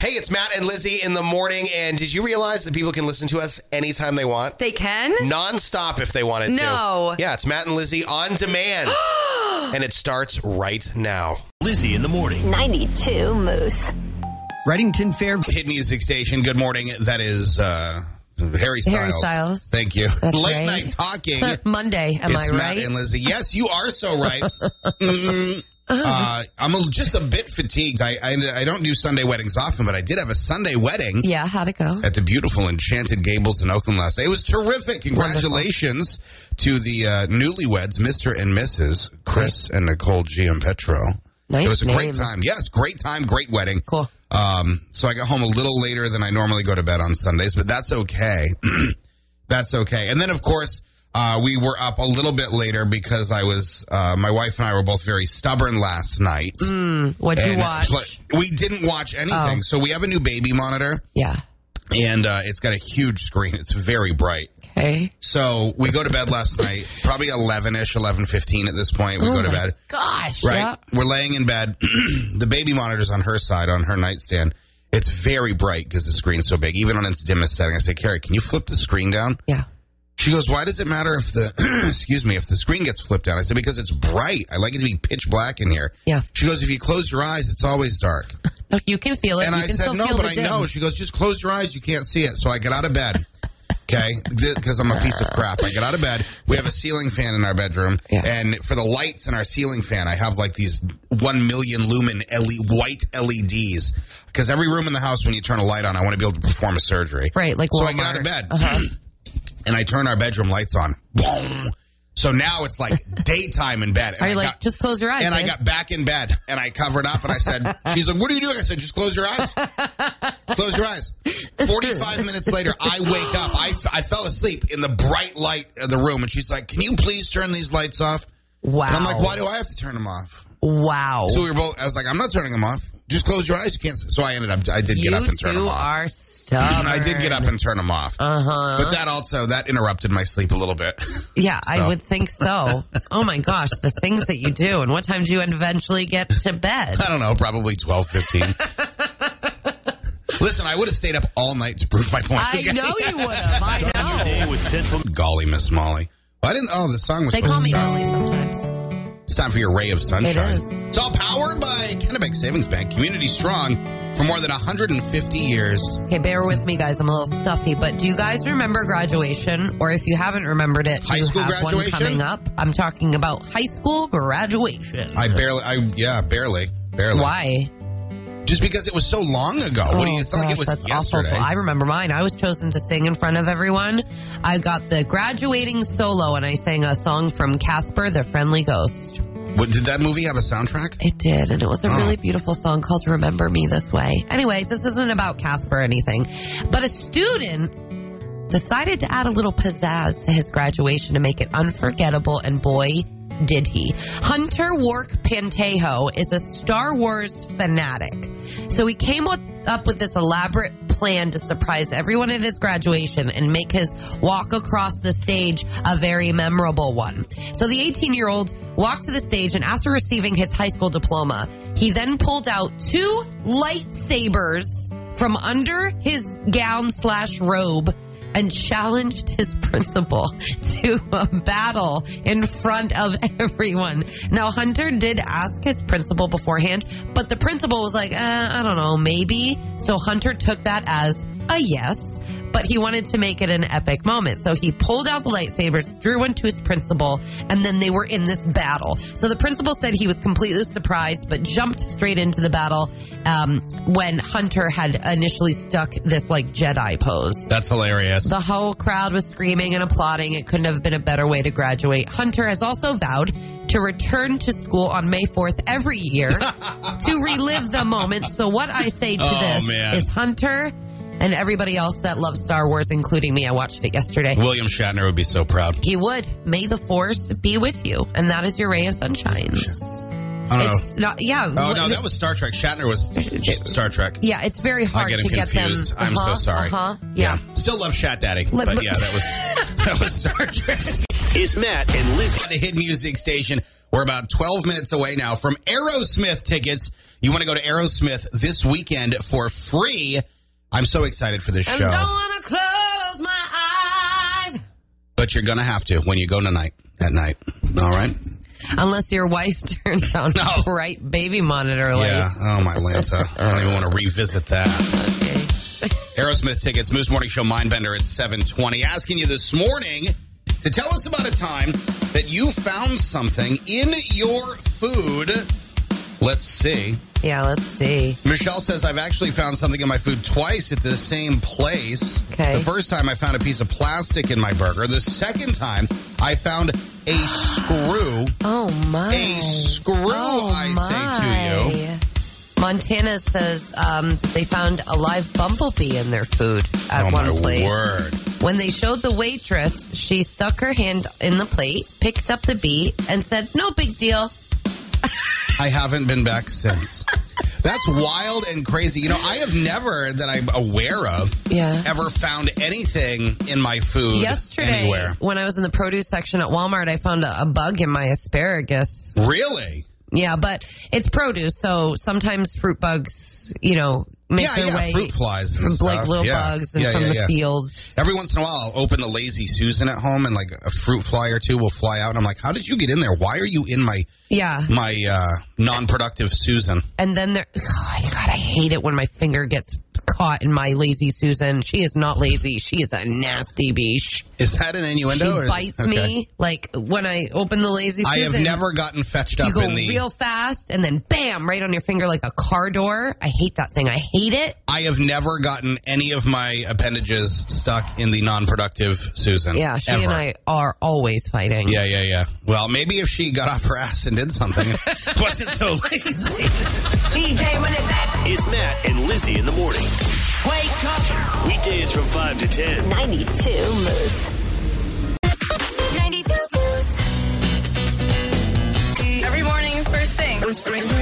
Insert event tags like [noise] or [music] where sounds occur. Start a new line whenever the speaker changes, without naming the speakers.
It's Matt and Lizzie in the morning. And did you realize that people can listen to us anytime they want?
They can?
Nonstop if they wanted to.
No.
Yeah, it's Matt and Lizzie on
[gasps]
demand. and it starts right now.
Lizzie in the morning.
92 Moose.
Reddington Fair.
Hit music station. Good morning. That is uh, Harry Styles.
Harry Styles.
Thank you.
That's
Late
right.
night talking.
Monday, [laughs] am
it's
I
Matt
right?
and Lizzie. Yes, you are so
[laughs]
right. Mm, uh, I'm a, just a bit fatigued. I, I I don't do Sunday weddings often, but I did have a Sunday wedding.
yeah, how'd it go?
at the beautiful Enchanted Gables in Oakland last night. It was terrific. Congratulations to the uh, newlyweds, Mr. and Mrs. Chris and Nicole Giampetro.
Nice
It was a
name.
great time. Yes, great time, great wedding.
Cool.
Um, so I got home a little later than I normally go to bed on Sundays, but that's okay. [clears throat] that's okay. And then, of course, uh, we were up a little bit later because I was, uh, my wife and I were both very stubborn last night.
What'd you
And
Mm, watch?
pl- we didn't watch anything.
Oh.
So we have a new baby monitor
yeah.
and uh, it's got a huge screen. It's very bright.
Okay.
So we go to bed last [laughs] night, probably eleven ish, eleven fifteen at this point. We go to bed.
Gosh.
Right,
yeah.
we're laying in bed. [clears throat] the baby monitor's on her side, on her nightstand. It's very bright because the screen's so big, even on its dimmest setting. I say, Carrie, can you flip the screen down?
Yeah.
She goes, Why does it matter if the [clears throat] excuse me if the screen gets flipped down? I said because it's bright. I like it to be pitch black in here.
Yeah.
She goes, If you close your eyes, it's always dark.
Look, you can feel it.
And
you
I
can
said,
still
no,
feel
but
the
I
dim.
know. She goes, just close your eyes. You can't see it. So I get out of bed.
[laughs]
Okay. Because I'm a piece of crap. I get out of bed. We have a ceiling fan in our bedroom.
Yeah.
And for the lights in our ceiling fan, I have like these 1 million lumen LED, white LEDs. Because every room in the house, when you turn a light on, I want to be able to perform a surgery.
Right, like
So I get
Walmart.
out of bed.
Uh-huh.
and I turn our bedroom lights on. Boom. So now it's
[laughs]
like daytime in bed. And
Are you
I
like,
got-
just close your eyes?
and I
babe?
got back in bed and I covered up and I said,
[laughs]
she's like, what are you doing? I said, just close your eyes. Close your eyes. 45 minutes later, I wake up. I, f- I fell asleep in the bright light of the room and she's like, can you please turn these lights off?
Wow.
And I'm like, why do I have to turn them off?
Wow.
So we were both, I was like, I'm not turning them off. Just close your eyes. You can't. see." So I ended up, I did
you
get up and turn
two
them off. Um,
are
[clears throat]
stubborn.
I did get up and turn them off.
Uh huh.
But that also, that interrupted my sleep a little bit. [laughs]
Yeah, I
So.
would think so.
[laughs]
oh my gosh, the things that you do, and what time do you eventually get
[laughs]
to bed?
I don't know, probably 12,
[laughs]
15. Listen, I would have stayed up all night to prove my point. [laughs]
I know you would have. I know.
Day with Central.
Golly, Miss Molly. I didn't. Oh, the song was.
They call
supposed
me
to stop.
Molly sometimes.
It's time for your ray of sunshine.
It is.
It's all powered by Kennebec Savings Bank, community strong for more than 150 years.
Okay, bear with me, guys. I'm a little stuffy, but do you guys remember graduation? Or if you haven't remembered it, do
High
you
school
have one
graduation?
coming up? I'm talking about high school graduation.
I barely. I yeah, barely, barely.
Why?
Just because it was so long ago. what do you? It's not like it
Oh, gosh,
was
that's
yesterday.
awful. I remember mine. I was chosen to sing in front of everyone. I got the graduating solo, and I sang a song from Casper, the Friendly Ghost.
What, did that movie have a soundtrack?
It did, and it was a
Oh.
really beautiful song called "Remember Me This Way." Anyways, this isn't about Casper or anything, but a student decided to add a little pizzazz to his graduation to make it unforgettable, and boy, did he! Hunter Wark Pantejo is a Star Wars fanatic, so he came with, up with this elaborate plan to surprise everyone at his graduation and make his walk across the stage a very memorable one. So the 18 year old walked to the stage and after receiving his high school diploma, he then pulled out two lightsabers from under his gown slash robe and challenged his principal [laughs] to a battle in front of everyone. Now, Hunter did ask his principal beforehand, but the principal was like, uh, I don't know, maybe. So Hunter took that as a yes, but he wanted to make it an epic moment. So he pulled out the lightsabers, drew one to his principal, and then they were in this battle. So the principal said he was completely surprised, but jumped straight into the battle um, when Hunter had initially stuck this like Jedi pose.
That's hilarious.
The whole crowd was screaming and applauding. It couldn't have been a better way to graduate. Hunter has also vowed to return to school on May 4th
[laughs]
every year to relive the moment. So, what I say to
Oh,
this
man.
is Hunter and everybody else that loves Star Wars, including me. I watched it yesterday.
William Shatner would be so proud.
He would. May the Force be with you. And that is your ray of sunshine.
I don't know.
It's not, yeah.
Oh no, that was Star Trek. Shatner was Star Trek.
yeah, it's very hard
I get him
to get them.
confused. I'm so
Uh-huh,
sorry.
Uh-huh. yeah.
Still love Shat Daddy.
Let- [laughs]
but
but-
yeah, that was that was Star Trek.
is Matt and Lizzie.
at a hit music station. We're about 12 minutes away now from Aerosmith tickets. You want to go to Aerosmith this weekend for free. I'm so excited for this
I
show,
don't want to close my eyes.
but you're going to have to when you go tonight at night. All right.
Unless your wife [laughs] turns on a bright baby monitor
Yeah.
light.
Oh my Lanta. I don't even want to revisit that.
Okay.
Aerosmith tickets, Moose Morning Show Mindbender at 720. Asking you this morning to tell us about a time that you found something in your food. Let's see.
Yeah, let's see.
Michelle says, I've actually found something in my food twice at the same place.
Okay.
The first time I found a piece of plastic in my burger. The second time I found a screw.
Oh my.
A screw,
oh
I say to you.
my. Montana says um, they found a live bumblebee in their food at
Oh,
one
my
place.
word.
When they showed the waitress, she stuck her hand in the plate, picked up the bee, and said, "No big deal."
I haven't been back
[laughs]
since. That's wild and crazy. You know, I have never, that I'm aware of,
Yeah.
ever found anything in my food
Yesterday,
anywhere.
when I was in the produce section at Walmart, I found a, a bug in my asparagus.
Really?
Yeah, but it's produce, so sometimes fruit bugs, you know, make
yeah,
their
yeah,
way
fruit flies and
from
stuff.
like little
yeah.
bugs and
yeah,
from
yeah,
the
yeah.
fields.
Every once in a while, I'll open the Lazy Susan at home, and like a fruit fly or two will fly out, and I'm like, "How did you get in there? Why are you in my
Yeah,
my uh, non-productive Susan?"
and then there. Oh my God, I hate it when my finger gets caught in my lazy Susan. She is not lazy. She is a nasty beach.
Is that an
She
innuendo? or-
bites
okay.
me like when I open the lazy
I
Susan.
have never gotten fetched
You
up
go
in the.
real fast, and then bam, right on your finger like a car door. I hate that thing. I hate it.
I have never gotten any of my appendages stuck in the non-productive Susan.
Yeah, she
ever.
and I are always fighting.
Yeah, yeah, yeah. Well, maybe if she got off her ass and did something, it wasn't so lazy.
Is Matt and Lizzie in the morning. Wake up! Weekdays from 5 to 10.
92 Moose. 92 Moose.
Every morning, first thing.